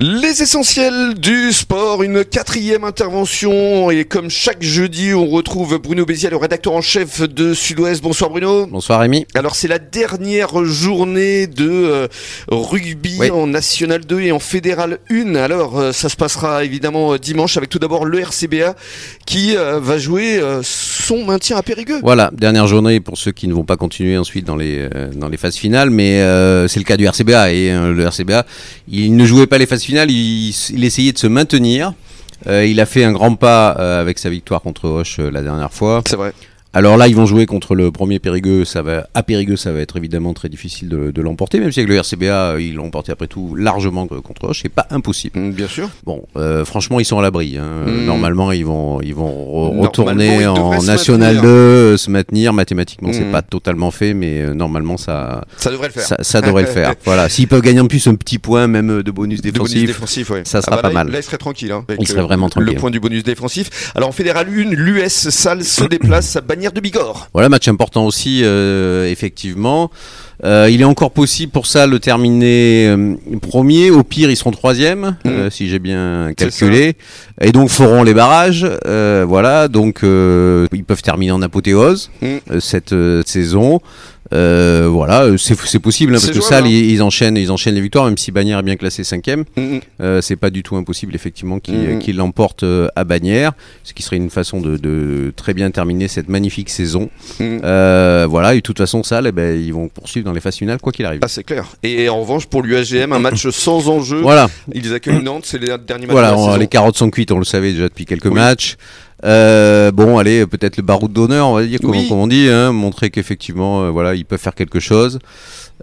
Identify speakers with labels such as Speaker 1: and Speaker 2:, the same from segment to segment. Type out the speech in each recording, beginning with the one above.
Speaker 1: Les essentiels du sport, une quatrième intervention et comme chaque jeudi on retrouve Bruno Béziat, le rédacteur en chef de Sud-Ouest. Bonsoir Bruno.
Speaker 2: Bonsoir Rémi.
Speaker 1: Alors c'est la dernière journée de euh, rugby
Speaker 2: Oui.
Speaker 1: en National 2 et en Fédéral 1. Alors euh, ça se passera évidemment euh, dimanche avec tout d'abord le RCBA qui euh, va jouer euh, son maintien à Périgueux.
Speaker 2: Voilà, dernière journée pour ceux qui ne vont pas continuer ensuite dans les, euh, dans les phases finales, mais euh, c'est le cas du RCBA. Et euh, le RCBA, il ne jouait pas les phases finales, il, s- il essayait de se maintenir. Euh, il a fait un grand pas euh, avec sa victoire contre Hoche euh, la dernière fois.
Speaker 1: C'est vrai.
Speaker 2: Alors là, ils vont jouer contre le premier Périgueux. Ça va, à Périgueux, ça va être évidemment très difficile de, de l'emporter, même si avec le RCBA, euh, ils l'ont emporté après tout largement euh, contre Hoche. C'est pas impossible.
Speaker 1: Mm, Bien sûr.
Speaker 2: Bon, euh, franchement, ils sont à l'abri. hein.
Speaker 1: Mm.
Speaker 2: Normalement, ils vont, ils vont re-
Speaker 1: Normalement, ils
Speaker 2: retourner
Speaker 1: devraient
Speaker 2: en
Speaker 1: se
Speaker 2: National
Speaker 1: maintenir.
Speaker 2: 2, euh, se maintenir. Mathématiquement, c'est
Speaker 1: Mm.
Speaker 2: pas totalement fait, mais euh, normalement, ça,
Speaker 1: Ça devrait le faire.
Speaker 2: ça, ça devrait le faire. Voilà, s'ils peuvent gagner en plus un petit point, même euh, de bonus
Speaker 1: De bonus
Speaker 2: défensif,
Speaker 1: défensif, ouais.
Speaker 2: ça sera
Speaker 1: bah
Speaker 2: pas
Speaker 1: là,
Speaker 2: mal.
Speaker 1: Là, il serait tranquille. Hein, avec,
Speaker 2: ils seraient
Speaker 1: euh,
Speaker 2: vraiment
Speaker 1: le
Speaker 2: tranquilles.
Speaker 1: point du bonus défensif. Alors en Fédéral 1, l'US Salle se déplace à Bagnères de Bigorre.
Speaker 2: Voilà, match important aussi, euh, effectivement. Euh, il est encore possible pour ça le terminer euh, premier. Au pire, ils seront troisième, euh, si j'ai bien
Speaker 1: Mhm. C'est
Speaker 2: calculé. Et donc feront les barrages. Euh, voilà, donc euh, ils peuvent terminer en apothéose
Speaker 1: Mm.
Speaker 2: euh, cette euh, saison. Euh, voilà, euh, c'est c'est possible hein,
Speaker 1: C'est
Speaker 2: parce que
Speaker 1: jouable,
Speaker 2: ça,
Speaker 1: hein.
Speaker 2: ils, ils enchaînent, ils enchaînent les victoires. Même si Bagnères est bien classé cinquième,
Speaker 1: Mm, mm.
Speaker 2: euh, c'est pas du tout impossible effectivement qu'il
Speaker 1: Mhm.
Speaker 2: qu'il l'emporte euh, à Bagnères, ce qui serait une façon de, de très bien terminer cette magnifique saison.
Speaker 1: Mm.
Speaker 2: Euh, voilà, et de toute façon, ça, eh ben, ils vont poursuivre dans les phases finales, quoi qu'il arrive.
Speaker 1: Ah, c'est clair. Et en revanche, pour l'UAGM, un match sans enjeu.
Speaker 2: Voilà,
Speaker 1: Ils accueillent Nantes, c'est les derniers matchs
Speaker 2: voilà
Speaker 1: de la
Speaker 2: on-
Speaker 1: saison.
Speaker 2: les carottes sont cuites, on le savait déjà depuis quelques
Speaker 1: Oui.
Speaker 2: matchs. Euh, bon, allez, peut-être le baroud d'honneur, on va dire, comme,
Speaker 1: Oui.
Speaker 2: comme on dit, hein, montrer qu'effectivement, euh, voilà, ils peuvent faire quelque chose.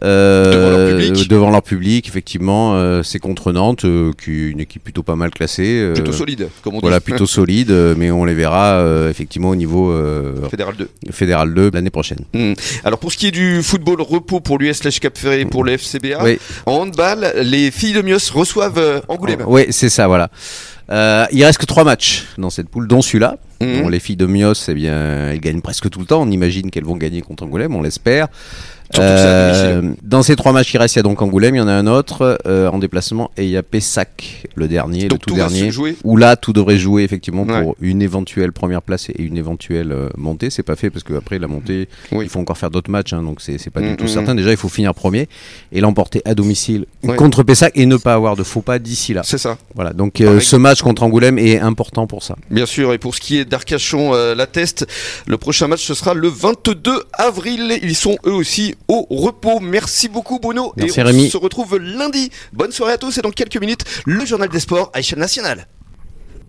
Speaker 2: Euh,
Speaker 1: Devant leur public.
Speaker 2: devant leur public, effectivement, euh, c'est contre Nantes, euh, qui est une équipe plutôt pas mal classée. euh,
Speaker 1: Plutôt solide, comme on
Speaker 2: Voilà,
Speaker 1: dit.
Speaker 2: plutôt solide, euh, mais on les verra euh, effectivement au niveau euh,
Speaker 1: Fédéral 2.
Speaker 2: fédéral 2 l'année prochaine.
Speaker 1: Alors pour ce qui est du football repos pour l'US slash Cap Ferré et pour le FCBA,
Speaker 2: Oui.
Speaker 1: en handball, les filles de Mios reçoivent euh, Angoulême.
Speaker 2: Oui, c'est ça, voilà. Euh, il reste que trois matchs dans cette poule, dont celui-là.
Speaker 1: Mhm.
Speaker 2: Bon, les filles de Mios, eh bien, elles gagnent presque tout le temps. On imagine qu'elles vont gagner contre Angoulême, on l'espère.
Speaker 1: Surtout que c'est
Speaker 2: Euh,
Speaker 1: à domicile.
Speaker 2: dans ces trois matchs qui restent, il y a donc Angoulême, il y en a un autre euh, en déplacement et il y a Pessac, le dernier,
Speaker 1: Donc
Speaker 2: le tout,
Speaker 1: tout va
Speaker 2: dernier.
Speaker 1: se jouer.
Speaker 2: Où là, tout devrait jouer effectivement pour
Speaker 1: Ouais.
Speaker 2: une éventuelle première place et une éventuelle euh, montée. C'est pas fait parce qu'après la montée,
Speaker 1: Oui.
Speaker 2: il faut encore faire d'autres matchs, hein, donc c'est c'est pas
Speaker 1: Mm,
Speaker 2: du tout
Speaker 1: mm,
Speaker 2: certain. Déjà, il faut finir premier et l'emporter à domicile
Speaker 1: Ouais.
Speaker 2: contre Pessac et ne pas avoir de faux pas d'ici là.
Speaker 1: C'est ça.
Speaker 2: Voilà, donc euh,
Speaker 1: Pareil.
Speaker 2: ce match contre Angoulême est important pour ça.
Speaker 1: Bien sûr, et pour ce qui est d'Arcachon, euh, la test, le prochain match ce sera le 22 avril. Ils sont eux aussi au repos. Merci beaucoup Bruno.
Speaker 2: Merci,
Speaker 1: et on
Speaker 2: Rémi.
Speaker 1: se retrouve lundi. Bonne soirée à tous et dans quelques minutes, le journal des sports à échelle nationale.